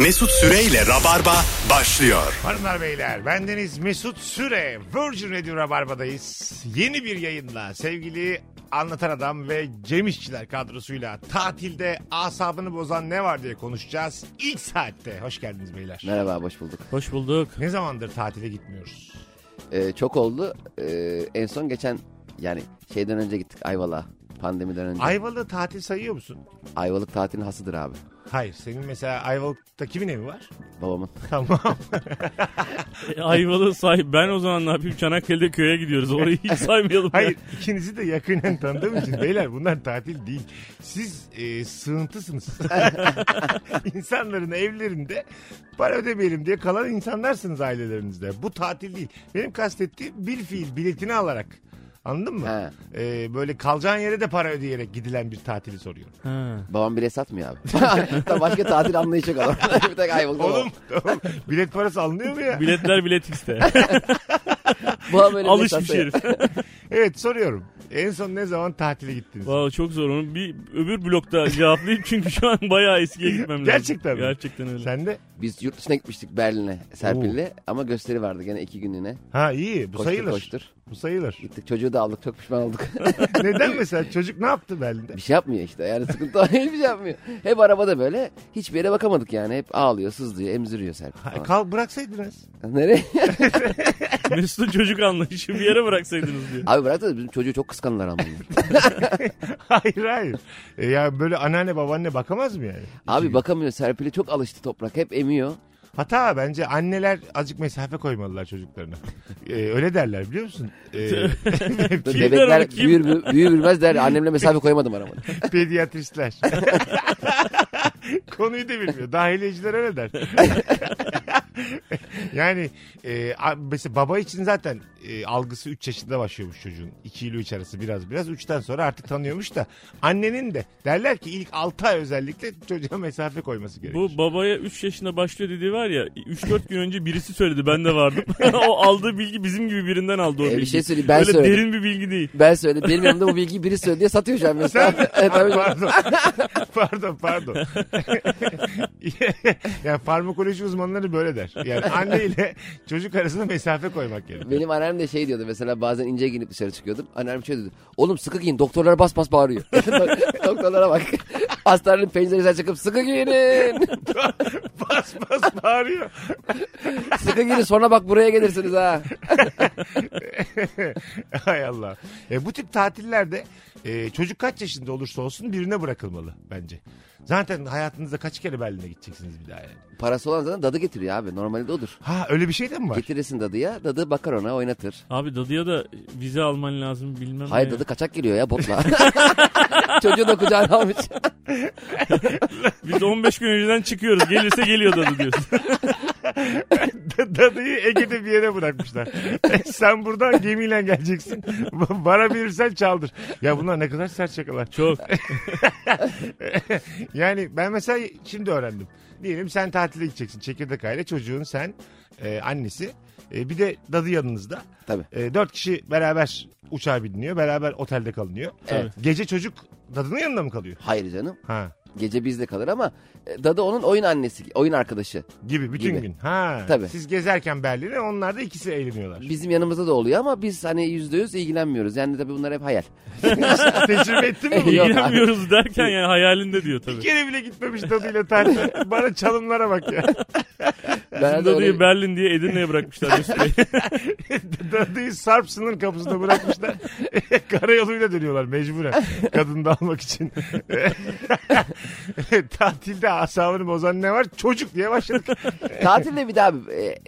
Mesut Süreyle Rabarba başlıyor. Hanımlar beyler bendeniz Mesut Süre Virgin Radio Rabarba'dayız. Yeni bir yayınla sevgili anlatan adam ve Cem İşçiler kadrosuyla tatilde asabını bozan ne var diye konuşacağız. İlk saatte hoş geldiniz beyler. Merhaba, hoş bulduk. Hoş bulduk. Ne zamandır tatile gitmiyoruz? Ee, çok oldu. Ee, en son geçen yani şeyden önce gittik Ayvalık'a. Pandemiden önce. Ayvalık'ı tatil sayıyor musun? Ayvalık tatilin hasıdır abi. Hayır senin mesela Ayvalık'ta kimin evi var? Babamın. Tamam. E, Ayvalı say. Ben o zaman ne yapayım? Çanakkale'de köye gidiyoruz. Orayı hiç saymayalım. Hayır ikinizi de yakinen tanıdığım için beyler bunlar tatil değil. Siz e, sığıntısınız. İnsanların evlerinde para ödemeyelim diye kalan insanlarsınız ailelerinizde. Bu tatil değil. Benim kastettiğim bil fiil biletini alarak. Anladın mı? He. E, böyle kalacağın yere de para ödeyerek gidilen bir tatili soruyorum. Ha. Babam bile satmıyor abi. Tam başka tatil anlayışı yok adam. bir tek Ayvalık'ta Oğlum, oğlum bilet parası alınıyor mu ya? Biletler bilet işte. babam. Babam öyle bile Alışmış satmıyor. herif. Evet soruyorum. En son ne zaman tatile gittiniz? Valla çok zor onu. Bir öbür blokta cevaplayayım çünkü şu an bayağı eskiye gitmem lazım. Gerçekten mi? Gerçekten öyle. Sen de? Biz yurt dışına gitmiştik Berlin'e Serpil'le ama gösteri vardı gene iki günlüğüne. Ha iyi bu Koştur sayılır. koştur. Bu sayılır. Gittik çocuğu da aldık çok pişman olduk. Neden mesela çocuk ne yaptı Berlin'de? E, bir şey yapmıyor işte yani sıkıntı var hiçbir şey yapmıyor. Hep arabada böyle hiçbir yere bakamadık yani hep ağlıyor sızlıyor emziriyor Serpil. Ha, falan. Kalk bıraksaydınız. Nereye? Mesut'un çocuk anlayışı bir yere bıraksaydınız diyor. abi bırak da bizim çocuğu çok kıskanırlar ama. Hayır hayır. E ya böyle anneanne babaanne bakamaz mı yani? Abi bakamıyor Serpil'e çok alıştı toprak hep emiyor. Hata bence anneler azıcık mesafe koymalılar çocuklarına. E, öyle derler biliyor musun? E, Böyle Kim der o, bebekler kim? büyür, mü- büyür büyümez der annemle mesafe koyamadım arabada. pediatristler. Konuyu da bilmiyor. Dahiliyeciler öyle der. yani e, a- mesela baba için zaten e, algısı 3 yaşında başlıyormuş çocuğun. 2 ile 3 arası biraz biraz. 3'ten sonra artık tanıyormuş da. Annenin de derler ki ilk 6 ay özellikle çocuğa mesafe koyması gerekiyor. Bu babaya 3 yaşında başlıyor dediği var ya 3-4 gün önce birisi söyledi ben de vardım. o aldığı bilgi bizim gibi birinden aldı o E, bilgi. bir şey söyleyeyim, ben Öyle söyledim. derin bir bilgi değil. Ben söyledim benim yanımda bu bilgiyi biri söyledi diye satıyor şu an mesela. evet, tabii. pardon. pardon pardon. yani farmakoloji uzmanları böyle der. Yani anne ile çocuk arasında mesafe koymak gerekiyor. Benim annem de şey diyordu mesela bazen ince giyinip dışarı çıkıyordum. Annem şöyle diyordu. Oğlum sıkı giyin doktorlara bas bas bağırıyor. Dok- Doktorlara bak. Hastanenin penceresinden çıkıp sıkı giyinin. bas bas bağırıyor. Sıkı giyinin sonra bak buraya gelirsiniz ha. Hay Allah. E, bu tip tatillerde e, çocuk kaç yaşında olursa olsun birine bırakılmalı bence. Zaten hayatınızda kaç kere Berlin'e gideceksiniz bir daha yani. Parası olan zaten dadı getiriyor abi. Normalde odur. Ha öyle bir şey de mi var? Getirirsin dadıya. Dadı bakar ona oynatır. Abi dadıya da vize alman lazım bilmem Hayır ne. dadı kaçak geliyor ya botla. Çocuğu da kucağına almış. Biz 15 gün önceden çıkıyoruz. Gelirse geliyor dadı diyorsun. Dadıyı Ege'de bir yere bırakmışlar. E, Sen buradan gemiyle geleceksin. Bana verirsen çaldır. Ya bunlar ne kadar sert şakalar. Çok. Yani ben mesela şimdi öğrendim. Diyelim sen tatile gideceksin çekirdek aile çocuğun sen e, annesi e, bir de dadı yanınızda. Tabii. E, dört kişi beraber uçağa biniliyor beraber otelde kalınıyor. Evet. Gece çocuk dadının yanında mı kalıyor? Hayır canım. Ha Gece bizde kalır ama e, dadı onun oyun annesi, oyun arkadaşı. gibi bütün Gibi. gün. Ha Tabii. siz gezerken Berlin'e onlar da ikisi eğleniyorlar. Bizim yanımızda da oluyor ama biz hani yüzde yüz ilgilenmiyoruz. Yani tabii bunlar hep hayal. Tecrübe ettin mi bunu? Yok. İlgilenmiyoruz derken yani hayalinde diyor Bir tabii. kere bile gitmemiş dadıyla tatile. Bana çalımlara bak ya. Ben de Dadıyı öyle- Berlin diye Edirne'ye bırakmışlar Mesut Bey. Dadıyı Sarp sınır kapısında bırakmışlar. Karayoluyla dönüyorlar mecburen. Kadını da almak için. Tatilde asabını bozan ne var? Çocuk diye başladık. Tatilde bir daha abi, e,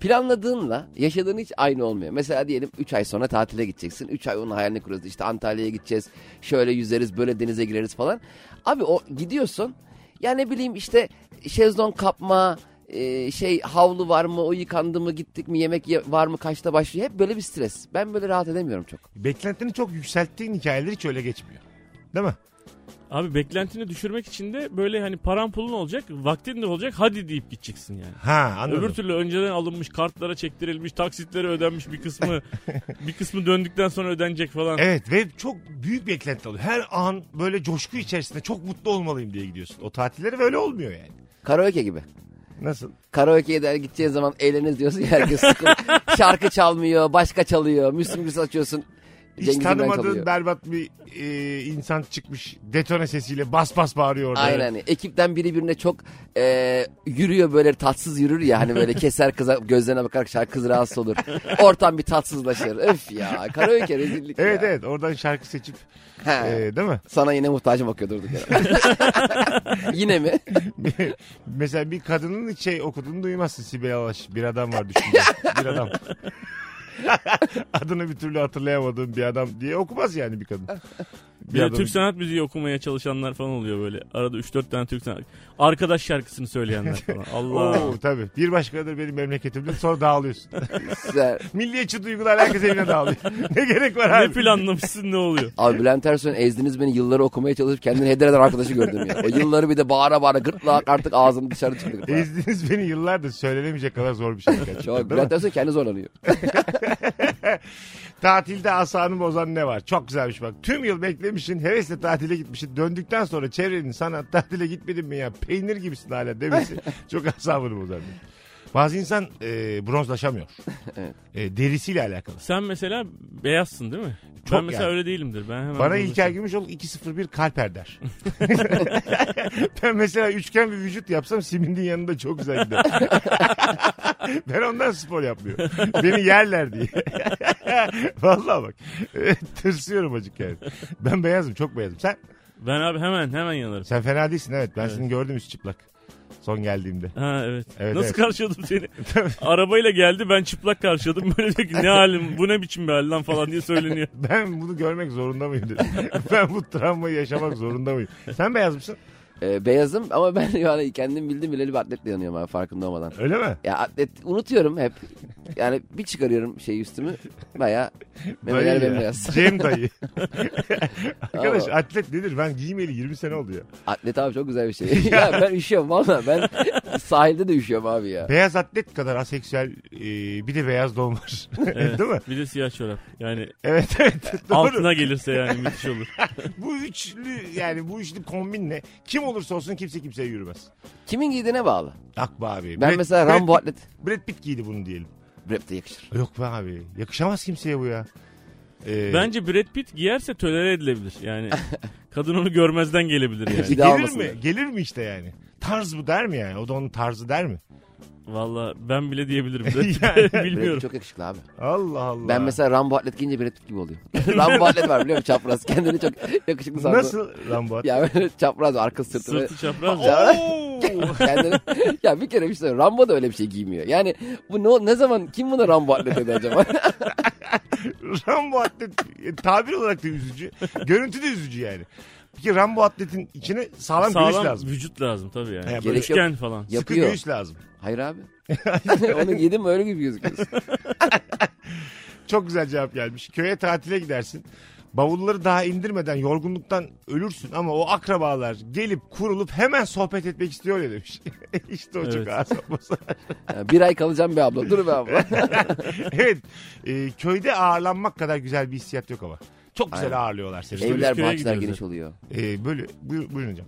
planladığınla yaşadığın hiç aynı olmuyor. Mesela diyelim 3 ay sonra tatile gideceksin. 3 ay onun hayalini kuruyorsun. İşte Antalya'ya gideceğiz. Şöyle yüzeriz, böyle denize gireriz falan. Abi o gidiyorsun. Ya ne bileyim işte şezlong kapma, e, şey havlu var mı, o yıkandı mı, gittik mi, yemek ye- var mı, kaçta başlıyor. Hep böyle bir stres. Ben böyle rahat edemiyorum çok. Beklentini çok yükselttiğin hikayeler hiç öyle geçmiyor. Değil mi? Abi beklentini düşürmek için de böyle hani paran pulun olacak, vaktin de olacak hadi deyip gideceksin yani. Ha anladım. Öbür türlü önceden alınmış kartlara çektirilmiş, taksitlere ödenmiş bir kısmı, bir kısmı döndükten sonra ödenecek falan. Evet ve çok büyük beklenti oluyor. Her an böyle coşku içerisinde çok mutlu olmalıyım diye gidiyorsun. O tatilleri böyle olmuyor yani. Karaoke gibi. Nasıl? Karaoke'ye de gideceğin zaman eğleniriz diyorsun ya herkes sıkılıyor. Şarkı çalmıyor, başka çalıyor. Müslüm Gürses açıyorsun. Hiç Cengiz İbrahim tanımadığın çalıyor. berbat bir e, insan çıkmış detone sesiyle bas bas bağırıyor orada. Aynen. hani Ekipten biri birine çok e, yürüyor böyle tatsız yürür ya hani böyle keser kıza gözlerine bakar şarkı kız rahatsız olur. Ortam bir tatsızlaşır. Öf ya. Karaoke rezillik Evet ya. evet oradan şarkı seçip Ha. e, değil mi? Sana yine muhtacım bakıyor durduk yere. yine mi? Mesela bir kadının hiç şey okuduğunu duymazsın Sibel Alaş. Bir adam var düşünce. bir adam. Adını bir türlü hatırlayamadığım bir adam diye okumaz yani bir kadın. Bir de adamın- Türk sanat müziği okumaya çalışanlar falan oluyor böyle. Arada 3-4 tane Türk sanat. Arkadaş şarkısını söyleyenler falan. Allah. Oo, tabii. Bir başkadır benim memleketimdir. Sonra dağılıyorsun. Güzel. Milliyetçi duygular herkes evine dağılıyor. ne gerek var ne abi? planlamışsın ne oluyor? Ee, Abi Bülent Ersoy'un ezdiniz beni yılları okumaya çalışıp kendini heder eden arkadaşı gördüm ya. O yılları bir de bağıra bağıra gırtlağa artık ağzım dışarı çıktı. gırtlağa. Ezdiniz beni yıllardır söylenemeyecek kadar zor bir şey. gerçekten, değil Çok mi? Bülent Ersoy kendi zorlanıyor. Tatilde asanı bozan ne var? Çok güzelmiş bak. Tüm yıl beklemişsin. Hevesle tatile gitmişsin. Döndükten sonra çevrenin sana tatile gitmedin mi ya? Peynir gibisin hala demesi. çok asabını bozar. Bazı insan e, bronzlaşamıyor. E, derisiyle alakalı. Sen mesela beyazsın değil mi? Çok ben mesela yani. öyle değilimdir. Ben hemen Bana bronzlaşırım. İlker Gümüşoğlu 2-0-1 kalper der. ben mesela üçgen bir vücut yapsam simindin yanında çok güzel gider. ben ondan spor yapmıyorum. Beni yerler diye. Vallahi bak. e, Tırsıyorum acık yani. Ben beyazım çok beyazım. Sen Ben abi hemen hemen yanarım. sen fena değilsin evet. Ben seni gördüm üst çıplak. Son geldiğimde. Ha evet. Evet, Nasıl evet. karşıladım seni? Arabayla geldi ben çıplak karşıladım. Böyle diyor ki ne halim bu ne biçim bir hal lan falan diye söyleniyor. Ben bunu görmek zorunda mıyım dedim. ben bu travmayı yaşamak zorunda mıyım? Sen beyaz mısın? Ee, beyazım ama ben yani kendim bildim bileli bir atletle yanıyorum abi farkında olmadan. Öyle mi? Ya atlet unutuyorum hep. Yani bir çıkarıyorum şey üstümü baya memeler Dayı ya. bembeyaz. Cem dayı. Arkadaş Ama- atlet nedir? Ben giymeyeli 20 sene oldu ya. Atlet abi çok güzel bir şey. ya ben üşüyorum valla ben sahilde de üşüyorum abi ya. Beyaz atlet kadar aseksüel e, bir de beyaz don var. Değil mi? Bir de siyah çorap. Yani Evet evet. Doğru. altına gelirse yani müthiş olur. Bu üçlü yani bu üçlü kombinle kim olursa olsun kimse kimseye yürümez. Kimin giydiğine bağlı. Ak be abi. Ben Brad- mesela Brad- Rambo atlet. Brad Pitt giydi bunu diyelim. Rap de yakışır. Yok be abi. Yakışamaz kimseye bu ya. Ee, Bence Brad Pitt giyerse tolere edilebilir. Yani kadın onu görmezden gelebilir yani. Bir daha gelir almasınlar. mi? Gelir mi işte yani? Tarz bu der mi yani? O da onun tarzı der mi? Valla ben bile diyebilirim. Brad Pitt'e Brad Pitt Bilmiyorum. çok yakışıklı abi. Allah Allah. Ben mesela Rambo atlet giyince Brad Pitt gibi oluyorum. Rambo atlet var biliyor musun çapraz. Kendini çok yakışıklı sandı. Nasıl Rambo atlet? Ya böyle çapraz var, arka sırtı. böyle- Sırtı çapraz. Ya- Kendini- ya bir kere bir şey söyleyeyim. Rambo da öyle bir şey giymiyor. Yani bu ne, ne zaman kim buna Rambo atlet dedi acaba? Rambo atlet e, tabir olarak da üzücü. Görüntü de üzücü yani. Peki Rambo atletin içine sağlam, göğüs Sağlam lazım. vücut lazım tabii He, yani. böyle Gerek yok. Üçgen falan. Sıkı Yapıyor. göğüs lazım. Hayır abi. Onu yedim öyle gibi gözüküyorsun. Çok güzel cevap gelmiş. Köye tatile gidersin. Bavulları daha indirmeden yorgunluktan ölürsün ama o akrabalar gelip kurulup hemen sohbet etmek istiyor ya demiş. işte o çok Evet. asabası. Ya bir ay kalacağım be abla. Dur be abla. evet. E, köyde ağırlanmak kadar güzel bir hissiyat yok ama. Çok güzel ağırlıyorlar seni. Böyle, Evler köye bahçeler gidiyoruz geniş zaten. oluyor. e, böyle buyur, buyurun hocam.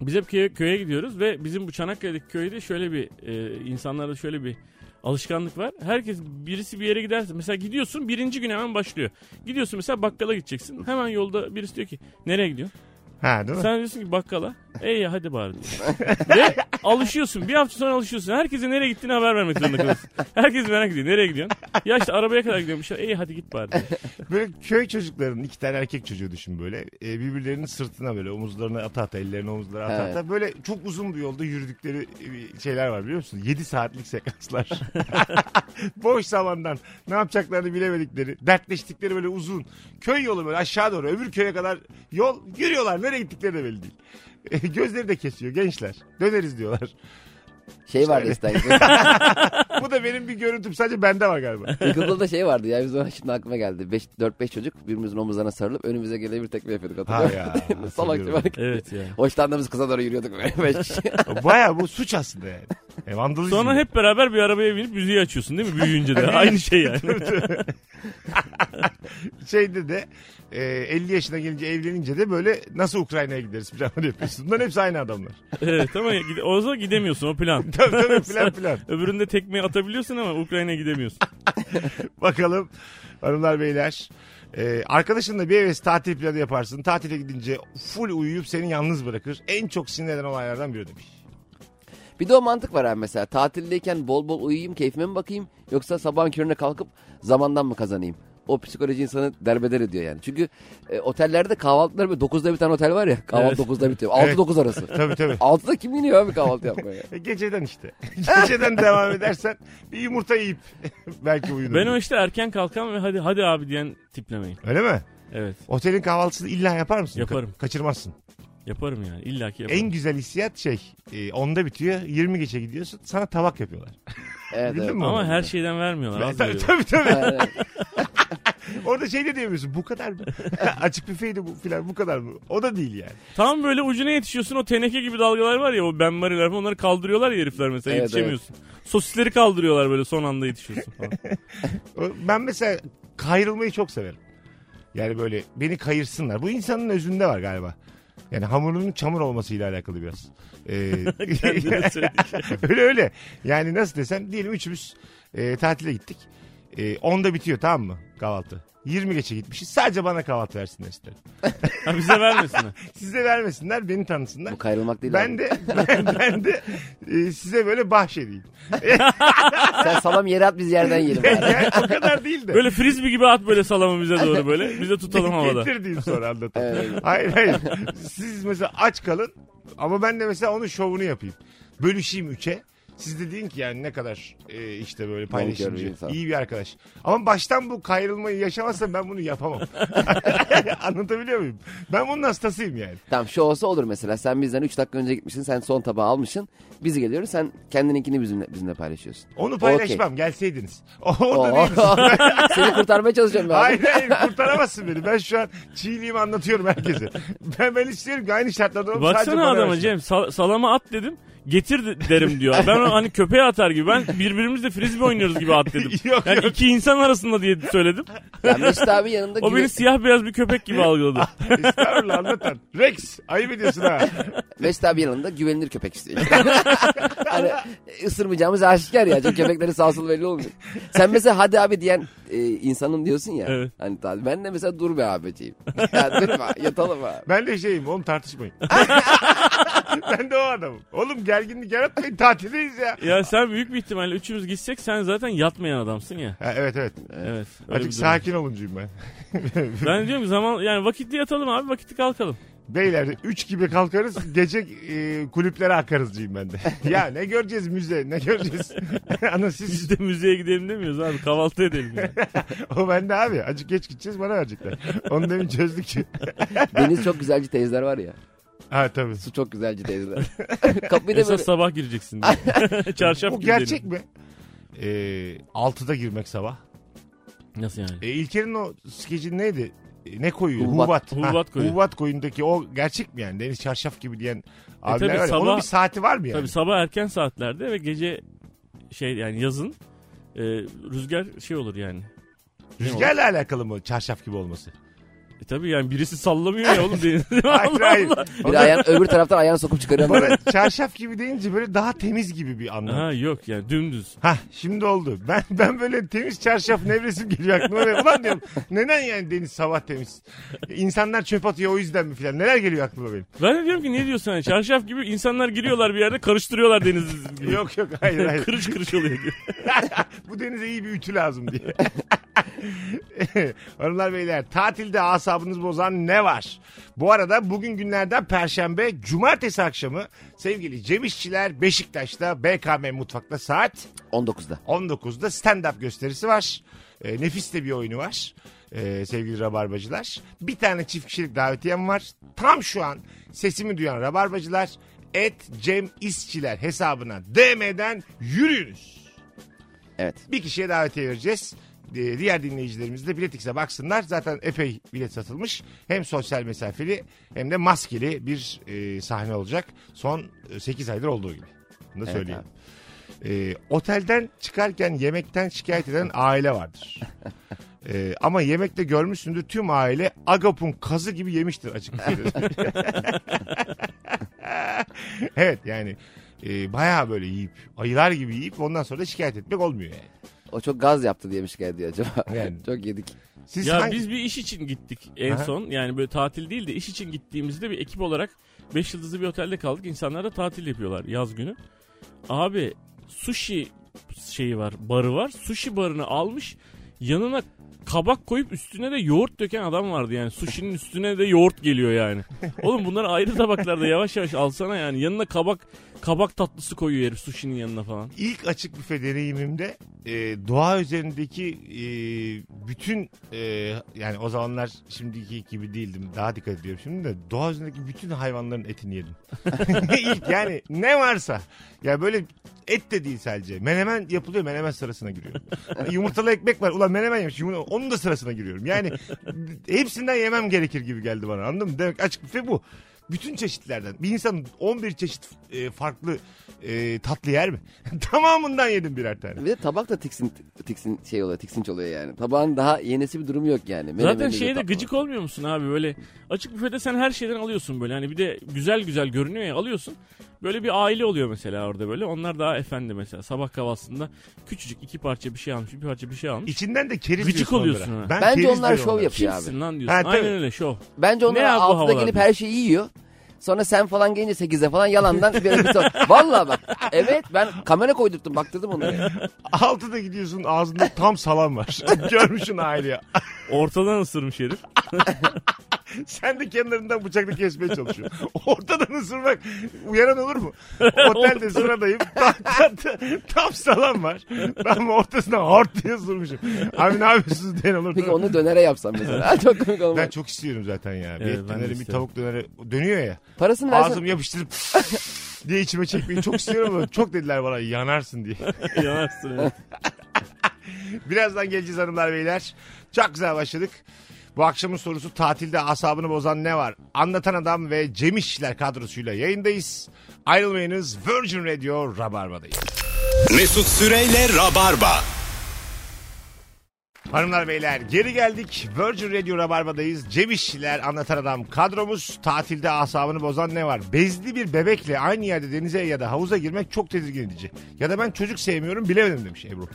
Biz hep köye, köye gidiyoruz ve bizim bu Çanakkale'deki köyde şöyle bir e, insanlarda şöyle bir alışkanlık var. Herkes birisi bir yere giderse mesela gidiyorsun birinci gün hemen başlıyor. Gidiyorsun mesela bakkala gideceksin. Hemen yolda birisi diyor ki nereye gidiyorsun? Ha değil mi? Sen diyorsun ki bakkala. Ey ya hadi bari diyor. ve alışıyorsun. Bir hafta sonra alışıyorsun. Herkese nereye gittiğini haber vermek zorunda kalıyorsun. Herkes merak ediyor. Nereye gidiyorsun? Ya işte arabaya kadar gidiyormuş. Ey hadi git bari diyor. Böyle köy çocuklarının iki tane erkek çocuğu düşün böyle. E, birbirlerinin sırtına böyle omuzlarına ata ata ellerini omuzlara ata Evet. ata. Böyle çok uzun bir yolda yürüdükleri e, şeyler var biliyor musun? 7 saatlik sekanslar. Boş zamandan ne yapacaklarını bilemedikleri, dertleştikleri böyle uzun. Köy yolu böyle aşağı doğru öbür köye kadar yol yürüyorlar. Nereye gittikleri de belli değil. E, gözleri de kesiyor gençler. Döneriz diyorlar. Şey vardı İstanbul'da. Bu da benim bir görüntüm sadece bende var galiba. İlkokulda şey vardı ya biz ona şimdi aklıma geldi. 5 4 5 çocuk birbirimizin omuzlarına sarılıp önümüze gele bir tekme yapıyorduk hatırlıyor Ha ya, musun? Değil mi? Salak hatırlıyorum. gibi. Evet ya. Hoşlandığımız kıza doğru yürüyorduk böyle beş kişi. Baya bu suç aslında yani. E, vandalizm. Sonra hep beraber bir arabaya binip müziği açıyorsun değil mi? Büyüyünce de. Aynı şey yani. Şeyde de e, 50 yaşına gelince evlenince de böyle nasıl Ukrayna'ya gideriz planları yapıyorsun. Bunların hepsi aynı adamlar. evet ama gide- o zaman gidemiyorsun o plan. Tabii tabii plan plan. Öbüründe tekmeyi atabiliyorsun ama Ukrayna'ya gidemiyorsun. Bakalım hanımlar beyler. Ee, arkadaşınla bir heves tatil planı yaparsın. Tatile gidince full uyuyup seni yalnız bırakır. En çok sinir eden olaylardan biri demiş. Bir de o mantık var abi mesela. Tatildeyken bol bol uyuyayım, keyfime mi bakayım? Yoksa sabahın körüne kalkıp zamandan mı kazanayım? O psikoloji insanı derbeder ediyor yani. Çünkü e, otellerde kahvaltılar böyle 9'da bir tane otel var ya. Kahvaltı Evet. 9'da bitiyor. 6-9 arası. Tabii tabii. 6'da kim iniyor abi kahvaltı yapmaya? E, Geceden işte. Geceden devam edersen bir yumurta yiyip belki uyunur. Ben o işte erken kalkan ve hadi hadi abi diyen tiplemeyi. Öyle mi? Evet Otelin kahvaltısını illa yapar mısın? Yaparım. Ka- kaçırmazsın. yaparım yani illa ki yaparım. En güzel hissiyat şey. E, onda bitiyor. 20 geçe gidiyorsun. Sana tabak yapıyorlar. Evet, Bildin evet. mi? Ama her şeyden vermiyorlar. Az tabii, veriyorlar. tabii tabii. Aynen. Orada şey de diyemiyorsun. Bu kadar mı? Açık büfeydi bu filan bu kadar mı? O da değil yani. Tam böyle ucuna yetişiyorsun o teneke gibi dalgalar var ya o benmariler falan, onları kaldırıyorlar ya herifler mesela Evet, yetişemiyorsun. Sosisleri kaldırıyorlar böyle son anda yetişiyorsun falan. Ben mesela kayrılmayı çok severim. Yani böyle beni kayırsınlar. Bu insanın özünde var galiba. Yani hamurunun çamur olmasıyla alakalı biraz. Kendine Ee, söyledik. öyle öyle. Yani nasıl desem diyelim üçümüz e, tatile gittik. E, onda bitiyor tamam mı kahvaltı? 20 geçe gitmişiz. Sadece bana kahvaltı versinler isterim. Ha, bize vermesinler. Size vermesinler, beni tanısınlar. Bu kayrılmak değil Ben abi. de ben, ben de e, size böyle bahşedeyim. Sen salam yere at biz yerden yiyelim. abi. Yani o kadar değil de. Böyle frisbee gibi at böyle salamı bize doğru böyle. Bize tutalım havada. Getir diyeyim sonra anlatayım. Evet. hayır hayır. Siz mesela aç kalın ama ben de mesela onun şovunu yapayım. Bölüşeyim üçe. Siz de deyin ki yani ne kadar e, işte böyle Nankör bir paylaşımcı, insan. iyi bir arkadaş. Ama baştan bu kayrılmayı yaşamazsam ben bunu yapamam. Anlatabiliyor muyum? Ben bunun hastasıyım yani. Tamam şu olsa olur mesela. Sen bizden 3 dakika önce gitmişsin. Sen son tabağı almışsın. Biz geliyoruz. Sen kendininkini bizimle, bizimle paylaşıyorsun. Onu paylaşmam gelseydiniz. Orada Oo. değiliz. Seni kurtarmaya çalışıyorum ben. Hayır hayır kurtaramazsın beni. Ben şu an çiğliğimi anlatıyorum herkese. Ben, ben istiyorum ki aynı şartlarda olup sadece bana Baksana adama versin. Cem sal- salama at dedim. Getir de- derim diyor. Ben o hani köpeğe atar gibi. Ben birbirimizle frisbee oynuyoruz gibi at dedim. Yok, yani yok. iki insan arasında diye söyledim. Yani Mesut abi yanında O güve- beni siyah beyaz bir köpek gibi algıladı. Estağfurullah anlatan. Rex ayıp ediyorsun ha. Mesut abi yanında güvenilir köpek istiyor. hani ısırmayacağımız aşikar ya. Çünkü köpeklerin sağ solu belli olmuyor. Sen mesela hadi abi diyen e, insanım diyorsun ya. Evet. Hani tabii ben de mesela dur be abiciğim. Yani durma yatalım abi. Ben de şeyim oğlum tartışmayın. ben de o adamım. Oğlum gerginlik yaratmayın tatildeyiz ya. ya sen büyük bir ihtimalle üçümüz gitsek sen zaten yatmayan adamsın ya. Ha, evet evet. Evet. öyle Artık bir durum. sakin oluncuyum ben. Ben diyorum ki zaman yani vakitli yatalım abi vakitli kalkalım. Beyler 3 gibi kalkarız gece e, kulüplere akarızcıyım ben de. ya ne göreceğiz müze ne göreceğiz. Ana siz Biz de müzeye gidelim demiyoruz abi kahvaltı edelim. ya. o bende abi. Acık geç gideceğiz bana verecekler. Onu demin çözdük ki. Deniz çok güzelci teyzeler var ya. Ha tabii. Su çok güzelci teyzeler. Kapıyı da Esas böyle sabah gireceksin. diye. Çarşaf Bu gibi gerçek dedim. mi? E, Ee, 6'da girmek sabah. Nasıl yani? E, İlker'in o skeci neydi? E, ne koyu? Huvat. Huvat. Huvat koyu. Huvat koyundaki o gerçek mi yani? Deniz çarşaf gibi diyen abiler tabii var ya. sabah- Onun bir saati var mı yani? Tabii sabah erken saatlerde ve gece şey yani yazın e, rüzgar şey olur yani. Rüzgarla alakalı mı çarşaf gibi olması? E tabii yani birisi sallamıyor ya oğlum denizde. Hayır Allah hayır. Allah. bir ayağın öbür taraftan ayağını sokup çıkarıyorlar. Bana çarşaf gibi deyince böyle daha temiz gibi bir anlam. Ha yok yani dümdüz. Hah şimdi oldu. Ben ben böyle temiz çarşaf nevresim geliyor aklıma. Ve ulan diyorum neden yani deniz sabah temiz? İnsanlar çöp atıyor o yüzden mi filan? Neler geliyor aklıma benim? Ben de diyorum ki ne diyorsun yani çarşaf gibi insanlar giriyorlar bir yerde karıştırıyorlar denizi. gibi. Yok yok hayır hayır. kırış kırış oluyor. diyor. Bu denize iyi bir ütü lazım diye. Hanımlar beyler tatilde asabınız bozan ne var? Bu arada bugün günlerden perşembe cumartesi akşamı sevgili Cem İşçiler Beşiktaş'ta BKM Mutfak'ta saat 19'da. 19'da stand-up gösterisi var. E, nefis de bir oyunu var. E, sevgili Rabarbacılar. Bir tane çift kişilik davetiyem var. Tam şu an sesimi duyan Rabarbacılar et Cem İşçiler hesabına DM'den yürüyünüz. Evet. Bir kişiye davetiye vereceğiz. Ee, Diğer dinleyicilerimiz de biletikse baksınlar. Zaten epey bilet satılmış. Hem sosyal mesafeli hem de maskeli bir e, sahne olacak. Son 8 aydır olduğu gibi. Bunu da söyleyeyim. Ee, otelden çıkarken yemekten şikayet eden aile vardır. Ee, ama yemekte görmüşsündür tüm aile Agap'ın kazı gibi yemiştir açık söylüyorum. evet yani e, bayağı böyle yiyip ayılar gibi yiyip ondan sonra da şikayet etmek olmuyor yani. O çok gaz yaptı diye mi şikayet ediyor acaba? Yani. çok yedik. Siz Ya hangi- biz bir iş için gittik en Aha. son. Yani böyle tatil değil de iş için gittiğimizde bir ekip olarak 5 yıldızlı bir otelde kaldık. İnsanlar da tatil yapıyorlar yaz günü. Abi sushi şeyi var, barı var. Sushi barını almış. Yanına kabak koyup üstüne de yoğurt döken adam vardı yani. Sushi'nin üstüne de yoğurt geliyor yani. Oğlum bunları ayrı tabaklarda yavaş yavaş alsana yani. Yanına kabak kabak tatlısı koyuyor herif sushi'nin yanına falan. İlk açık büfe deneyimimde e, doğa üzerindeki e, bütün e, yani o zamanlar şimdiki gibi değildim. Daha dikkat ediyorum şimdi de doğa üzerindeki bütün hayvanların etini yedim. İlk yani ne varsa ya böyle et de değil sadece. Menemen yapılıyor menemen sırasına giriyorum. Yumurtalı ekmek var ulan menemen yemiş yumurta, onun da sırasına giriyorum. Yani hepsinden yemem gerekir gibi geldi bana anladın mı? Demek açık büfe bu. Bütün çeşitlerden. Bir insan 11 çeşit e, farklı e, tatlı yer mi? Tamamından yedim birer tane. Bir de tabak da tiksin, tiksin şey oluyor, tiksinç oluyor yani. Tabağın daha yenisi bir durum yok yani. Zaten şeye de gıcık olmuyor musun abi böyle açık büfede sen her şeyden alıyorsun böyle hani bir de güzel güzel görünüyor ya alıyorsun. Böyle bir aile oluyor mesela orada böyle onlar daha efendi mesela sabah kahvaltısında küçücük iki parça bir şey almış bir parça bir şey almış. İçinden de keriz Gıcık diyorsun oluyorsun onlara. ha. Ben Bence keriz onlar diyorum şov onlara. yapıyor. Kimsin abi. lan diyorsun Ha, tabii. aynen öyle şov. Bence Ne onlar abi bu altıda havalar gelip diye. her şeyi yiyor. Sonra sen falan gelince 8'de falan yalandan bir episod. Valla bak. Evet ben kamera koydurttum baktırdım onları. Altıda gidiyorsun ağzında tam salam var. Görmüşsün aileye. Ortadan ısırmış herif. Sen de kenarından bıçakla kesmeye çalışıyorsun. Ortadan ısırmak uyaran olur mu? Otelde sıradayım. Tam, tam, tam salam var. Tam ortasına hort diye ısırmışım. Abi ne yapıyorsunuz diyen olur. Peki onu dönere yapsam mesela. çok komik olmaz. Ben çok istiyorum zaten ya. Bir Evet, et ben de döneri bir isterim. tavuk döneri dönüyor ya. Parasını versen. Ağzımı yapıştırıp diye içime çekmeyi çok istiyorum ama çok dediler bana yanarsın diye. Yanarsın herif. Birazdan geleceğiz hanımlar beyler. Çok güzel başladık. Bu akşamın sorusu tatilde asabını bozan ne var? Anlatan Adam ve Cem İşçiler kadrosuyla yayındayız. Ayrılmayınız Virgin Radio Rabarba'dayız. Mesut Süreyle Rabarba. Hanımlar beyler geri geldik. Virgin Radio Rabarba'dayız. Cem İşçiler Anlatan Adam kadromuz. Tatilde asabını bozan ne var? Bezli bir bebekle aynı yerde denize ya da havuza girmek çok tedirgin edici. Ya da ben çocuk sevmiyorum bilemedim demiş Ebru.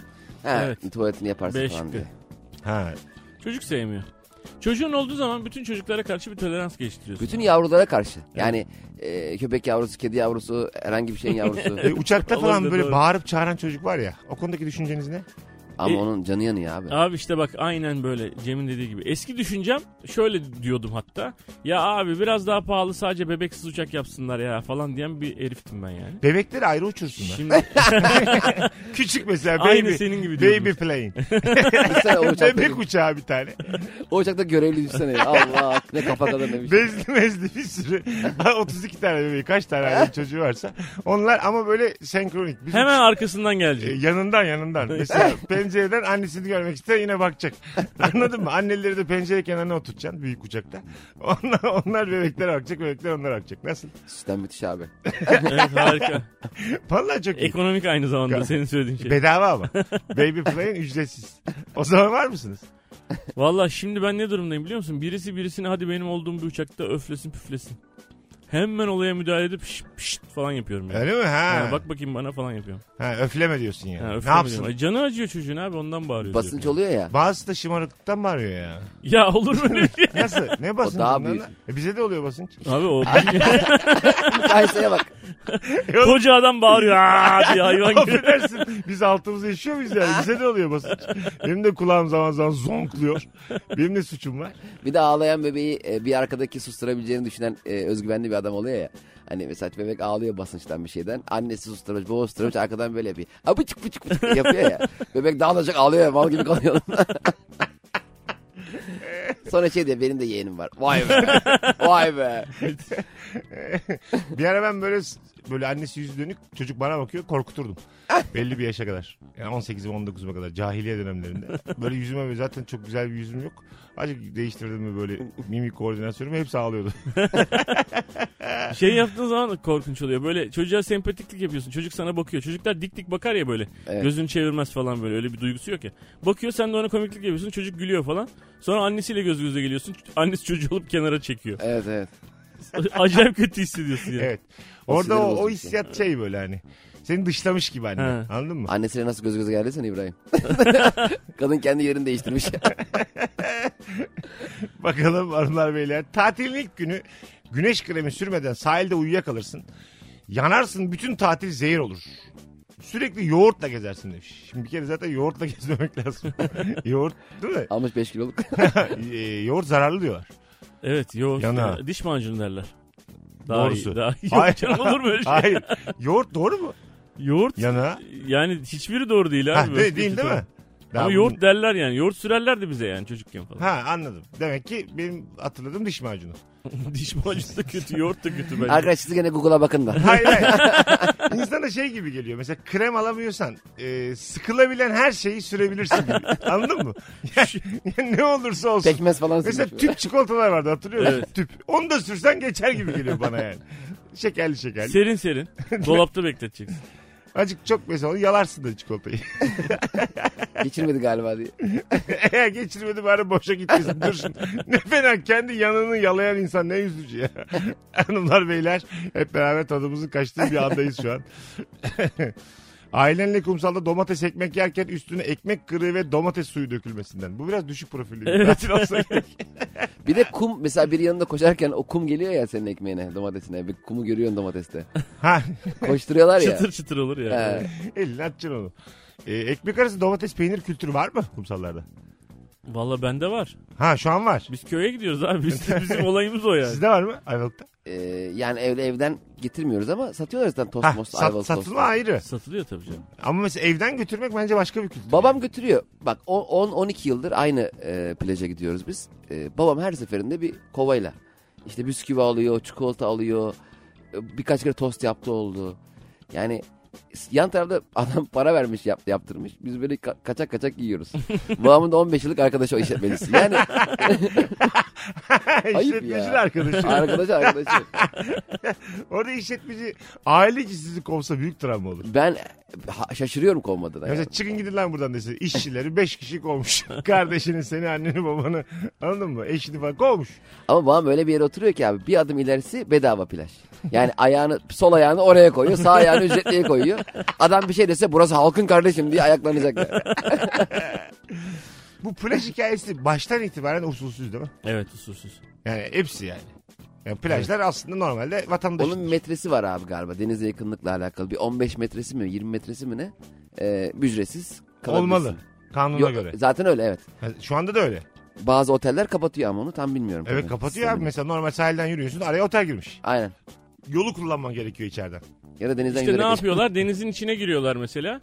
Ha, Evet. Tuvaletini yaparsın Beş falan şıkkı. diye. Ha. Çocuk sevmiyor. Çocuğun olduğu zaman bütün çocuklara karşı bir tolerans geliştiriyorsun. Bütün yavrulara karşı. Yani e, köpek yavrusu, kedi yavrusu, herhangi bir şeyin yavrusu. E, uçakta falan Olabilir, böyle doğru. bağırıp çağıran çocuk var ya. O konudaki düşünceniz ne? Ama E- onun canı yanıyor abi. Abi işte bak aynen böyle Cem'in dediği gibi. Eski düşüncem şöyle diyordum hatta. Ya abi biraz daha pahalı sadece bebeksiz uçak yapsınlar ya falan diyen bir heriftim ben yani. Bebekleri ayrı uçursunlar. Şimdi Küçük mesela baby. Aynı senin gibi diyorum. Baby plane. Düşünsene o uçakta, Bebek uçağı bir tane. o uçakta görevli düşsene ya. Allah ne şey. kafa kadar demiş. Bezli mezli bir sürü. 32 tane bebeği kaç tane aile çocuğu varsa. Onlar ama böyle senkronik. Bizim hemen arkasından e, gelecek. yanından yanından. Mesela pencereden annesini görmek ister yine bakacak. Anladın mı? Anneleri de pencere kenarına oturtacaksın büyük uçakta. Onlar, onlar bebeklere bakacak, bebekler onlara bakacak. Nasıl? Sistem müthiş abi. evet harika. Vallahi çok iyi. Ekonomik aynı zamanda senin söylediğin şey. Bedava ama. Baby plane ücretsiz. O zaman var mısınız? Valla şimdi ben ne durumdayım biliyor musun? Birisi birisine hadi benim olduğum bir uçakta öflesin püflesin. Hemen olaya müdahale edip şşt şşt falan yapıyorum yani. Öyle mi? Ha. Ha, bak bakayım bana falan yapıyorum. ha öfleme diyorsun yani. Ha, ne öflemiyorum. yapsın? Ay, Canı acıyor çocuğun abi ondan bağırıyor. Basınç diyor. oluyor ya. Bazısı da şımarıklıktan bağırıyor ya. Ya olur mu öyle şey? Nasıl? Ne basınç? daha bunlar büyük. lan? E bize de oluyor basınç. Abi o Kayseri'ye bak. koca adam bağırıyor aa diye hayvan gibi. Affedersin. Biz altımızda yaşıyor muyuz yani? Bize de oluyor basınç. Benim de kulağım zaman zaman zonkluyor. Benim de suçum var. Bir de ağlayan bebeği e, bir arkadaki susturabileceğini düşünen e, özgüvenli bir adam oluyor ya. Hani mesela bebek ağlıyor basınçtan bir şeyden. Annesi susturmuş, bu susturmuş arkadan böyle yapıyor. A bıçık bıçık bıçık yapıyor ya. Bebek dağılacak ağlıyor ya mal gibi kalıyor. Sonra şey diyor benim de yeğenim var. Vay be. Vay be. Bir ara ben böyle böyle annesi yüzü dönük çocuk bana bakıyor korkuturdum. Belli bir yaşa kadar. Yani 18'ime 19'uma kadar cahiliye dönemlerinde. Böyle yüzüme böyle zaten çok güzel bir yüzüm yok. Acık değiştirdim mi böyle mimik koordinasyonumu hepsi ağlıyordu. Şey yaptığın zaman da korkunç oluyor. Böyle çocuğa sempatiklik yapıyorsun. Çocuk sana bakıyor. Çocuklar dik dik bakar ya böyle. Evet. Gözünü çevirmez falan böyle. Öyle bir duygusu yok ya. Bakıyor sen de ona komiklik yapıyorsun. Çocuk gülüyor falan. Sonra annesiyle göz göze geliyorsun. Annesi çocuğu alıp kenara çekiyor. Evet evet. Acayip kötü hissediyorsun yani. evet. O Orada sinir o, o bozucu hissiyat şey böyle hani. Seni dışlamış gibi anne. Ha. Anladın mı? Annesiyle nasıl göz göze geldiysen İbrahim. Kadın kendi yerini değiştirmiş. Bakalım hanımlar beyler. Tatilin ilk günü güneş kremi sürmeden sahilde uyuyakalırsın. Yanarsın bütün tatil zehir olur. Sürekli yoğurtla gezersin demiş. Şimdi bir kere zaten yoğurtla gezmemek lazım. yoğurt değil mi? Almış 5 kiloluk. Ee, yoğurt zararlı diyorlar. Evet yoğurt. e, Yana. Diş macunu derler. Daha Doğrusu. Iyi, daha iyi. Hayır. Yok canım olur mu öyle şey? Hayır. Yoğurt doğru mu? Yoğurt Yana. yani hiçbiri doğru değil abi. Ha, Böyle değil, değil kötü değil mi? şey Ama Ben yoğurt bunu- derler yani. Yoğurt sürerlerdi bize yani çocukken falan. Ha anladım. Demek ki benim hatırladığım diş macunu. Diş macunu da kötü, yoğurt da kötü bence. Arkadaşlar siz gene Google'a bakın da. Hayır hayır. İnsana şey gibi geliyor. Mesela krem alamıyorsan e, sıkılabilen her şeyi sürebilirsin gibi. Anladın mı? Yani, ne olursa olsun. Pekmez falan Mesela sürmüş. tüp çikolatalar vardı hatırlıyor musun? Evet. Tüp. Onu da sürsen geçer gibi geliyor bana yani. Şekerli şekerli. Serin serin. Dolapta bekleteceksin. Acık çok mesela onu yalarsın da çikolatayı. Geçirmedi galiba diye. Eğer geçirmedi bari boşa gitmesin. Dur şimdi. Ne fena kendi yanını yalayan insan ne üzücü ya. Hanımlar beyler hep beraber tadımızın kaçtığı bir andayız şu an. Ailenle kumsalda domates ekmek yerken üstüne ekmek kırığı ve domates suyu dökülmesinden. Bu biraz düşük profilli bir tatil olsa gerek. Bir de kum mesela biri yanında koşarken o kum geliyor ya senin ekmeğine domatesine. Bir kumu görüyorsun domateste. Ha, Koşturuyorlar ya. Çıtır çıtır olur ya. He. elini atacaksın onu. Ee, ekmek arası domates peynir kültürü var mı kumsallarda? Valla bende var. Ha şu an var. Biz köye gidiyoruz abi. Biz, bizim olayımız o yani. Sizde var mı Ayvalık'ta? Ee, yani evde evden getirmiyoruz ama satıyorlar zaten tost Ha, most, sat- ayvalık tostu. satılma ayrı. Satılıyor tabii canım. Ama mesela evden götürmek bence başka bir kültür. Babam götürüyor. Bak 10-12 yıldır aynı e, plaja gidiyoruz biz. E, babam her seferinde bir kovayla. İşte bisküvi alıyor, çikolata alıyor. E, birkaç kere tost yaptı oldu. Yani s- yan tarafta adam para vermiş yap- yaptırmış. Biz böyle ka- kaçak kaçak yiyoruz. Babamın da 15 yıllık arkadaşı o işletmecisi. Yani ya. İşletmeciler arkadaşı. arkadaşı arkadaşı. Orada işletmeci aile içi sizi kovsa büyük travma olur. Ben ha- şaşırıyorum kovmadığına. Ya Yani. Mesela çıkın gidin lan buradan dese işçileri 5 kişi kovmuş. Kardeşini seni anneni babanı anladın mı? Eşini falan kovmuş. Ama babam öyle bir yere oturuyor ki abi bir adım ilerisi bedava plaj. Yani ayağını sol ayağını oraya koyuyor sağ ayağını ücretliye koyuyor. Adam bir şey dese burası halkın kardeşim diye ayaklanacaklar. Bu plaj hikayesi baştan itibaren usulsüz değil mi? Evet usulsüz. Yani hepsi yani. Yani plajlar aslında normalde vatandaşın. Onun metresi var abi galiba denize yakınlıkla alakalı. Bir 15 metresi mi 20 metresi mi ne? Ee, ücretsiz kalabilirsin. Olmalı. Kanuna Yok, göre. Zaten öyle evet. Ha, Şu anda da öyle. Bazı oteller kapatıyor ama onu tam bilmiyorum. Evet tabii. kapatıyor abi. Sistemini. Mesela normal sahilden yürüyorsun araya otel girmiş. Aynen. Yolu kullanman gerekiyor içeriden. Ya da denizden İşte ne yüzerek- yapıyorlar? Denizin içine giriyorlar mesela.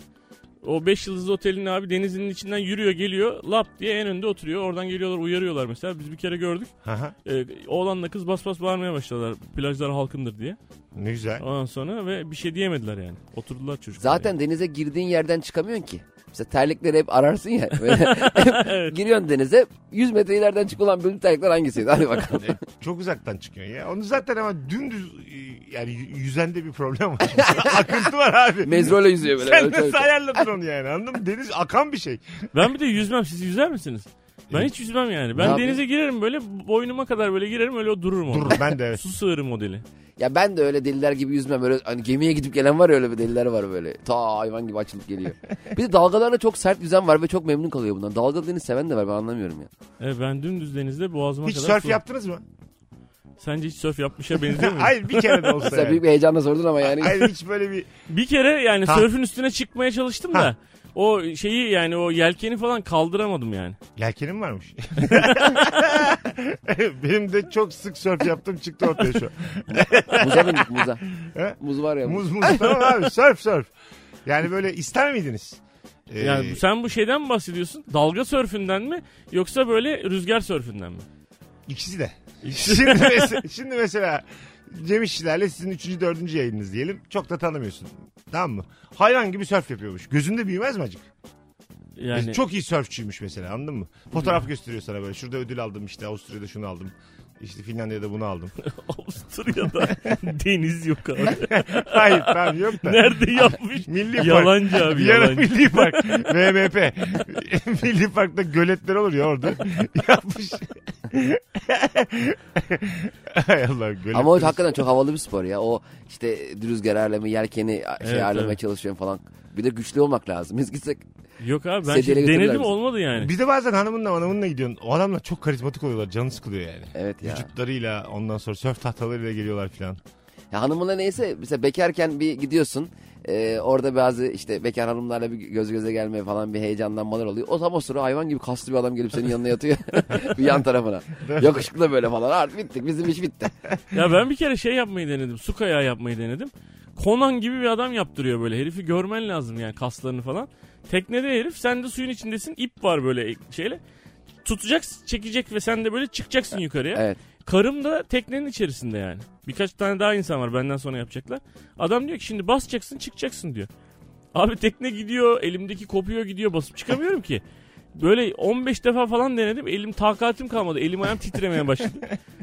O 5 yıldızlı otelin abi denizin içinden yürüyor geliyor. Lap diye en önde oturuyor. Oradan geliyorlar uyarıyorlar mesela. Biz bir kere gördük. Hı hı. Ee, oğlanla kız bas bas bağırmaya başladılar. Plajlar halkındır diye. ne güzel. Ondan sonra ve bir şey diyemediler yani. Oturdular çocuklar. Zaten denize girdiğin yerden çıkamıyorsun ki. Mesela terlikleri hep ararsın ya. Böyle Giriyorsun denize 100 metre ileriden çıkılan bölüm terlikler hangisiydi? Hadi bakalım. Çok uzaktan çıkıyorsun ya. Onu zaten ama dümdüz e, yani y- yüzende bir problem var. Akıntı var abi. Mezrola yüzüyor böyle. Sen Ölçü ölçü. nasıl ayarladın onu yani anladın mı? Deniz akan bir şey. Ben bir de yüzmem. Siz yüzer misiniz? Ben hiç yüzmem yani. Ben yapayım? denize girerim böyle boynuma kadar böyle girerim öyle dururum Dur orada. ben de evet. Su sığırı modeli. Ya ben de öyle deliler gibi yüzmem. Öyle, hani gemiye gidip gelen var ya öyle bir deliler var böyle. Ta hayvan gibi açılıp geliyor. Bir de dalgalarla çok sert yüzen var ve çok memnun kalıyor bundan. Dalgalı deniz seven de var ben anlamıyorum ya. E, ben dümdüz denizde boğazıma Hiç kadar sörf su. yaptınız mı? Sence hiç sörf yapmışa benziyor mu? Hayır bir kere de olsa Mesela büyük yani. bir heyecanla sordun ama yani. Hayır hiç böyle bir Bir kere yani Ha. sörfün üstüne çıkmaya çalıştım da Ha. o şeyi yani o yelkeni falan kaldıramadım yani. yelkenim varmış. Benim de çok sık sörf yaptım çıktı ortaya şu. an. Muza bindik muza. He? Muz var ya. Muz muz tamam abi sörf sörf. Yani böyle ister miydiniz? Ee, Yani sen bu şeyden mi bahsediyorsun? Dalga sörfünden mi yoksa böyle rüzgar sörfünden mi? İkisi de. şimdi, mes- şimdi mesela Cem İşçilerle sizin üçüncü dördüncü yayınınız diyelim. Çok da tanımıyorsun. Tamam mı? Hayvan gibi sörf yapıyormuş. Gözünde büyümez mi acık? Yani E, Çok iyi sörfçüymüş mesela anladın mı? Fotoğraf gösteriyor sana böyle. Şurada ödül aldım işte Avusturya'da şunu aldım. İşte Finlandiya'da bunu aldım. Avusturya'da deniz yok abi. Hayır tamam yok da. Nerede yapmış? Milli Park. Yalancı abi Viyana yalancı. Milli Park. VMP. Milli Park'ta göletler olur ya orada. Yapmış. Hay Allah göletler. Ama o şey. hakikaten çok havalı bir spor ya. O işte rüzgar ağırlamayı, yelkeni a- şey Evet, ağırlamaya evet. çalışıyorum falan. Bir de güçlü olmak lazım. Biz gitsek Yok abi ben Sedyeyle şimdi götürdüler denedim bizi. olmadı yani. Bir de bazen hanımınla hanımınla gidiyorsun. O adamlar çok karizmatik oluyorlar. Canı sıkılıyor yani. evet ya. Vücutlarıyla ondan sonra sörf tahtalarıyla geliyorlar filan. ya hanımına neyse mesela bekarken bir gidiyorsun. Ee, orada bazı işte bekar hanımlarla bir göz göze gelmeye falan bir heyecanlanmalar oluyor. O tam o sıra hayvan gibi kaslı bir adam gelip senin yanına yatıyor. bir yan tarafına. Yakışıklı da böyle falan. Artık bittik bizim iş bitti. Ya ben bir kere şey yapmayı denedim. Su kayağı yapmayı denedim. Conan gibi bir adam yaptırıyor böyle. Herifi görmen lazım yani kaslarını falan. Teknede herif sen de suyun içindesin. ip var böyle şeyle. Tutacaksın çekecek ve sen de böyle çıkacaksın yukarıya. Evet. Karım da teknenin içerisinde yani. Birkaç tane daha insan var benden sonra yapacaklar. Adam diyor ki şimdi basacaksın çıkacaksın diyor. Abi tekne gidiyor elimdeki kopuyor gidiyor basıp çıkamıyorum ki. Böyle 15 defa falan denedim elim takatim kalmadı elim ayağım titremeye başladı.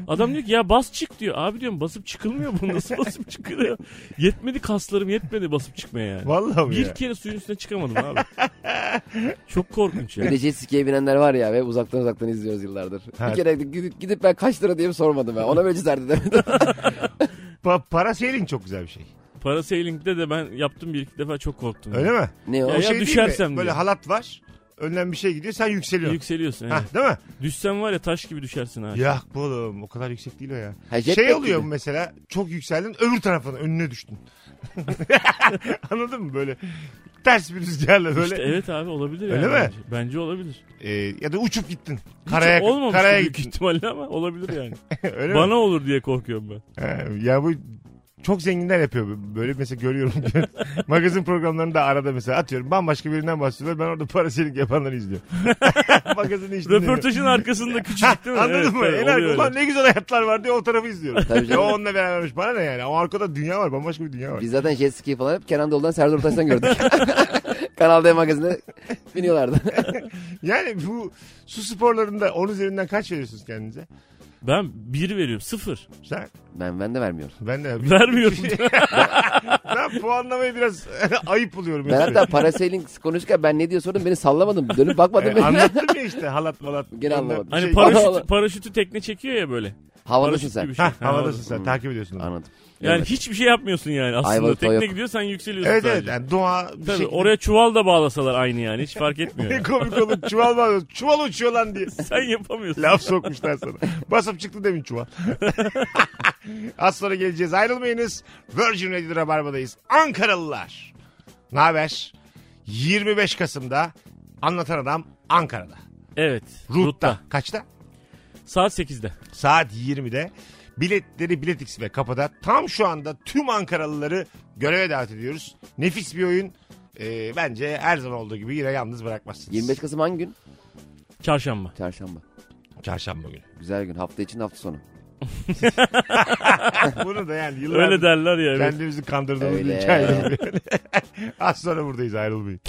Adam diyor ki ya bas çık diyor. Abi diyorum basıp çıkılmıyor bu nasıl basıp çıkılıyor. Yetmedi kaslarım yetmedi basıp çıkmaya yani. Vallahi mi Bir ya? kere suyun üstüne çıkamadım abi. Çok korkunç Bir ya. de jet ski'ye binenler var ya ve uzaktan uzaktan izliyoruz yıllardır. Ha. Bir kere gidip, gidip ben kaç lira diye mi sormadım ben. Ona böyle cesaret edemedim. Pa- parasailing çok güzel bir şey. Parasailing'de de ben yaptım bir iki defa çok korktum. Öyle mi? ne o? Ya, ya şey değil düşersem mi? diye. Böyle halat var. Önden bir şey gidiyor. Sen yükseliyorsun. Yükseliyorsun. evet. Hah, değil mi? Düşsen var ya taş gibi düşersin abi. Ya oğlum o kadar yüksek değil o ya. Ha, jet şey lag oluyor gibi. mu mesela çok yükseldin öbür tarafına önüne düştün. Anladın mı böyle ters bir rüzgarla böyle İşte evet abi olabilir Öyle yani mi? Bence. Bence olabilir. e, ya da uçup gittin. Hiç Karaya, olmamıştır karaya büyük gittin. ihtimalle ama olabilir yani. Öyle mi? Bana olur diye korkuyorum ben. Ha, Ee, ya bu çok zenginler yapıyor. Böyle mesela görüyorum. Magazin programlarında arada mesela atıyorum. Bambaşka birinden bahsediyorlar. Ben orada parasailing yapanları izliyorum. Magazin işini Röportajın arkasında küçücük değil mi? Anladın Evet, mı? evet, En oluyor ar- Ulan öyle. ne güzel hayatlar var diye o tarafı izliyorum. Tabii ya canım. o onunla berabermiş. Bana ne yani? O arkada dünya var. Bambaşka bir dünya var. Biz zaten jet ski falan hep Kenan Doğulu'dan Serdar Ortaç'tan gördük. Kanal D magazinde biniyorlardı. Yani bu su sporlarında 10 üzerinden kaç veriyorsunuz kendinize? Ben bir veriyorum. Sıfır. Sen? ben ben de vermiyorum. Ben de. Vermiyorum. ben puanlamayı biraz ayıp buluyorum. Ben hatta parasailing konuşurken ben ne diye sordum beni sallamadım. Dönüp bakmadım. E, anlattım ya işte halat malat. Gene anlamadım. hani Şey- Allah. paraşüt, paraşütü tekne çekiyor ya böyle. Havadasın Paraşüt sen. gibi şey. Hah, Ha, havadasın sen takip ediyorsun. onu. Anladım. Yani Evet. hiçbir şey yapmıyorsun yani aslında. Ayvalık tekne yok. gidiyor sen yükseliyorsun Evet evet sadece. yani doğa bir Tabii şekilde. oraya çuval da bağlasalar aynı yani hiç fark etmiyor. Ne yani. komik olur çuval bağlıyor. Çuval uçuyor lan diye. sen yapamıyorsun. Laf sokmuşlar sana. Basıp çıktı demin çuval. Az sonra geleceğiz. Ayrılmayınız. Virgin Radio Rabarba'dayız. Ankaralılar. Ne haber? 25 Kasım'da Anlatan Adam Ankara'da. Evet. Rut'ta. Kaçta? Saat 8'de. Saat 20'de. Biletleri Biletix ve kapıda. Tam şu anda tüm Ankaralıları göreve davet ediyoruz. Nefis bir oyun. Ee, bence her zaman olduğu gibi yine yalnız bırakmazsınız. 25 Kasım hangi gün? Çarşamba. Çarşamba. Çarşamba günü. Güzel gün. Hafta için hafta sonu. Bunu da yani yıllardır Öyle derler ya. evet. kendimizi kandırdığımız bir Öyle. hikaye. Az sonra buradayız ayrılmayın.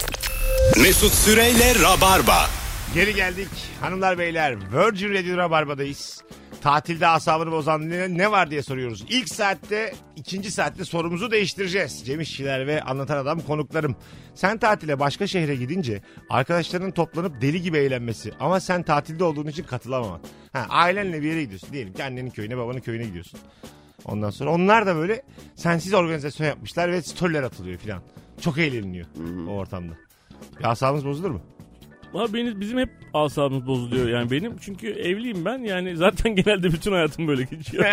Mesut Süreyle Rabarba. Geri geldik hanımlar beyler. Virgin Radio Rabarba'dayız. Tatilde asabını bozan ne, ne var diye soruyoruz. İlk saatte, ikinci saatte sorumuzu değiştireceğiz. Cem İşçiler ve Anlatan Adam konuklarım. Sen tatile başka şehre gidince arkadaşlarının toplanıp deli gibi eğlenmesi ama sen tatilde olduğun için katılamaman. Ha, ailenle bir yere gidiyorsun. Diyelim ki annenin köyüne babanın köyüne gidiyorsun. Ondan sonra onlar da böyle sensiz organizasyon yapmışlar ve storyler atılıyor filan. Çok eğleniliyor o ortamda. Ya asabınız bozulur mu? Abi benim, bizim hep asabımız bozuluyor yani benim. Çünkü evliyim ben yani zaten genelde bütün hayatım böyle geçiyor.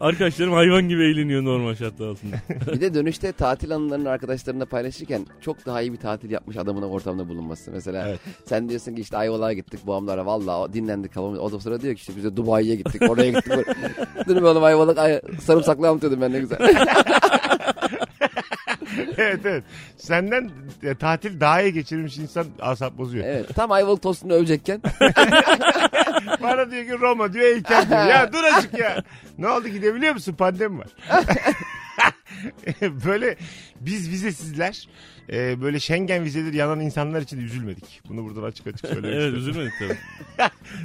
Arkadaşlarım hayvan gibi eğleniyor normal şartlar altında. Bir de dönüşte tatil anılarını arkadaşlarına paylaşırken çok daha iyi bir tatil yapmış adamın ortamda bulunması. Mesela Evet. sen diyorsun ki işte Ayvalık'a gittik babamlara valla o- dinlendik havamız. O da sonra diyor ki işte biz de Dubai'ye gittik oraya gittik. Dün oğlum Ayvalık ay, sarımsaklı anlatıyordum ben ne güzel. evet evet. Senden e, tatil daha iyi geçirmiş insan asap bozuyor. Evet tam ayvalık tostunu övecekken Bana diyor ki Roma diyor heykel diyor. Ya dur azıcık ya. Ne oldu gidebiliyor musun? Pandemi var. böyle biz vizesizler e, böyle Schengen vizeleri yanan insanlar için üzülmedik. Bunu buradan açık açık söylemek istiyorum. evet üzülmedik tabii.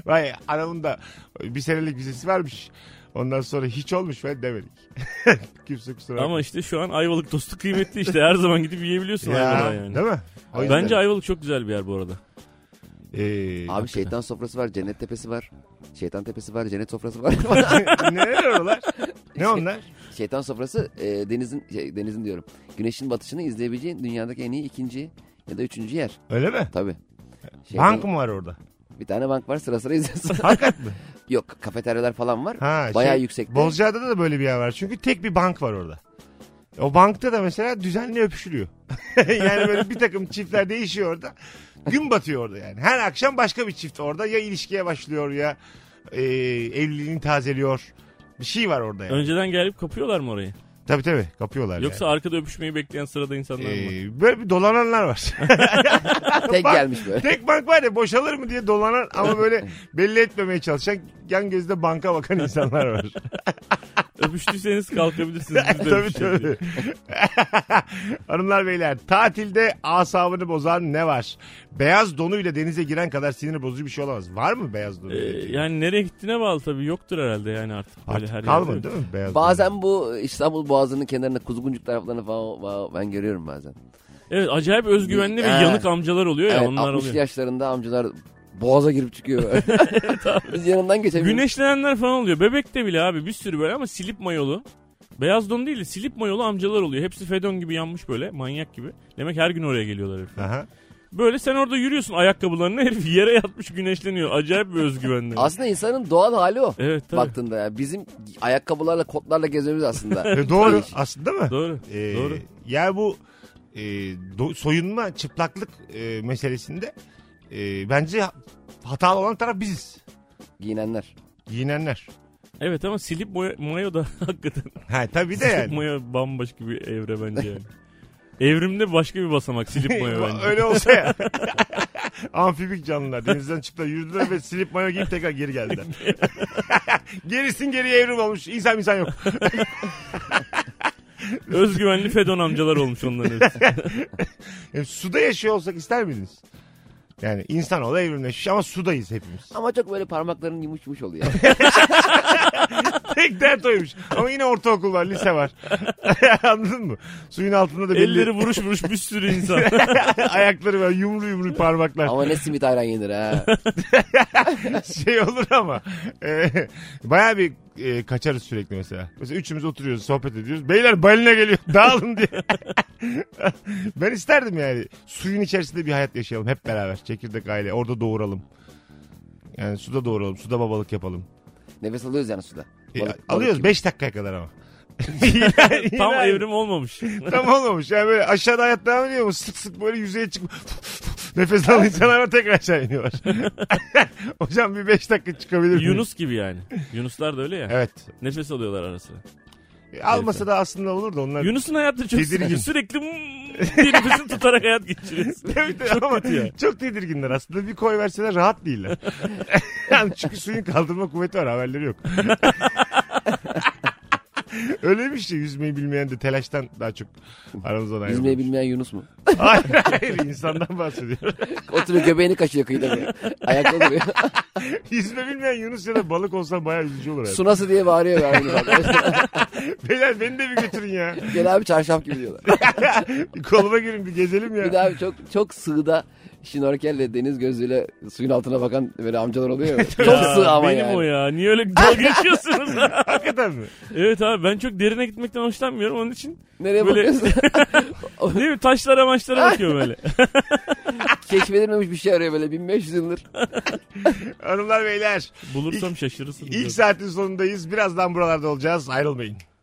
Vay anamın da bir senelik vizesi varmış. Ondan sonra hiç olmuş ve demedik. Kimse kusura bakmasın. Ama işte şu an Ayvalık tostu kıymetli işte her zaman gidip yiyebiliyorsun Ayvalık'tan yani. Değil mi? O yüzden, Bence Ayvalık çok güzel bir yer bu arada. e, abi şey- şeytan sofrası var cennet tepesi var. Şeytan tepesi var cennet sofrası var. neler oralar? Ne onlar? şeytan sofrası e, denizin şey, denizin diyorum. Güneşin batışını izleyebileceğin dünyadaki en iyi ikinci ya da üçüncü yer. Öyle mi? Tabii. Şeytan- Bank mı var orada? Bir tane bank var sıra sıra izliyorsun. Hakikat mı? Yok kafeteryalar falan var. Ha, Bayağı şey, yüksekte. Bozcaada'da da böyle bir yer var. Çünkü tek bir bank var orada. O bankta da mesela düzenli öpüşülüyor. yani böyle bir takım çiftler değişiyor orada. Gün batıyor orada yani. Her akşam başka bir çift orada. Ya ilişkiye başlıyor ya e, evliliğini tazeliyor. Bir şey var orada yani. Önceden gelip kapıyorlar mı orayı? Tabii tabii kapıyorlar Yoksa yani. arkada öpüşmeyi bekleyen sırada insanlar mı? Ee, böyle bir dolananlar var. Tek Bank- gelmiş böyle. Tek bank var ya boşalır mı diye dolanan ama böyle belli etmemeye çalışan yan gözde banka bakan insanlar var. Öpüştüyseniz kalkabilirsiniz. Biz de tabii öpüşelim diye. tabii. şey Hanımlar beyler tatilde asabını bozan ne var? Beyaz donuyla denize giren kadar sinir bozucu bir şey olamaz. Var mı beyaz donu? Ee, yani nereye gittiğine bağlı tabii yoktur herhalde yani artık. Böyle Artık her yerde. kalmadı değil mi beyaz donu? Bazen bu İstanbul Boğazı'nın kenarında kuzguncuk taraflarını falan falan ben görüyorum bazen. Evet acayip özgüvenli ve Ee, yanık amcalar oluyor ya Evet, onlar 60 oluyor. yaşlarında amcalar boğaza girip çıkıyor böyle. Biz yanından geçemiyoruz. Güneşlenenler falan oluyor. Bebekte bile abi bir sürü böyle ama silip mayolu. Beyaz don değil de silip mayolu amcalar oluyor. Hepsi fedon gibi yanmış böyle manyak gibi. Demek her gün oraya geliyorlar herif. Aha. Böyle sen orada yürüyorsun ayakkabılarını herif yere yatmış güneşleniyor. Acayip bir özgüvenli. Aslında insanın doğal hali o. Evet tabii. Baktığında ya. Bizim ayakkabılarla kotlarla gezmemiz aslında. E, doğru aslında mı? Doğru. Ee, Doğru. Ya bu e, do- soyunma çıplaklık e, meselesinde e, bence ha- hatalı olan taraf biziz. Giyinenler. Giyinenler. Evet ama silip moya, mayo da hakikaten. Ha tabii de Silip yani. mayo bambaşka bir evre bence yani. Evrimde başka bir basamak silip mayo Bu- bence. Öyle olsa ya. Amfibik canlılar denizden çıktılar yürüdüler ve silip mayo giyip tekrar geri geldiler. Gerisin geriye evrim olmuş. İnsan insan yok. Özgüvenli fedon amcalar olmuş onların hepsi. E, suda yaşıyor olsak ister miydiniz? Yani insan ol evrimleşmiş ama sudayız hepimiz. Ama çok böyle parmakların yumuş yumuş oluyor. Tek dert oymuş. Ama yine ortaokul var, lise var. Anladın mı? Suyun altında da belli. Elleri vuruş vuruş bir sürü insan. Ayakları var, yumru yumru parmaklar. Ama ne simit ayran yenir ha. şey olur ama e, baya bir e, kaçarız sürekli mesela. Mesela üçümüz oturuyoruz sohbet ediyoruz. Beyler balina geliyor dağılın diye. ben isterdim yani suyun içerisinde bir hayat yaşayalım hep beraber. Çekirdek aile orada doğuralım. Yani suda doğuralım suda babalık yapalım. Nefes alıyoruz yani suda. E, Balık- balık alıyoruz gibi. 5 dakikaya kadar ama. Yine- yine Tam aynı. evrim olmamış. Tam olmamış. Yani böyle aşağıda hayat devam ediyor mu? Sık sık böyle yüzeye çıkıp nefes alan insanlar var, tekrar aşağı iniyorlar. Hocam bir 5 dakika çıkabilir miyim? Yunus gibi yani. Yunuslar da öyle ya. Evet. Nefes alıyorlar arası. E, Almasa da aslında olur da onlar. Yunus'un hayatı çok Tedirgin. sıkıcı. Sürekli mm diye nefesini tutarak hayat geçiriyorsun. Evet, ama çok tedirginler aslında. Bir koy verseler rahat değiller. yani çünkü suyun kaldırma kuvveti var haberleri yok. Öyle bir şey yüzmeyi bilmeyen de telaştan daha çok aramızdan ayrılmış. Yüzmeyi bilmeyen Yunus mu? Hayır, hayır insandan bahsediyor. Oturuyor göbeğini kaşıyor kıyıda böyle. Ayakta duruyor. Yüzme bilmeyen Yunus ya da balık olsa bayağı üzücü olur. herhalde. Su nasıl diye bağırıyor böyle. Beyler beni de bir götürün ya. Gel abi çarşaf gibi diyorlar. Bir Koluma girin bir gezelim ya. Bir de abi çok çok sığda şnorkelle deniz gözüyle suyun altına bakan böyle amcalar oluyor. ya. çok Ya, sığ ama Benim yani. o ya. Niye öyle dalga geçiyorsunuz? Hakikaten mi? evet abi ben çok derine gitmekten hoşlanmıyorum. Onun için Nereye Böyle- bakıyorsun? değil mi? Taşlara maçlara bakıyorum öyle. Keşfedilmemiş bir şey arıyor böyle 1500 yıldır. Hanımlar beyler Bulursam şaşırırsın. ilk saatin sonundayız. Birazdan buralarda olacağız. Ayrılmayın.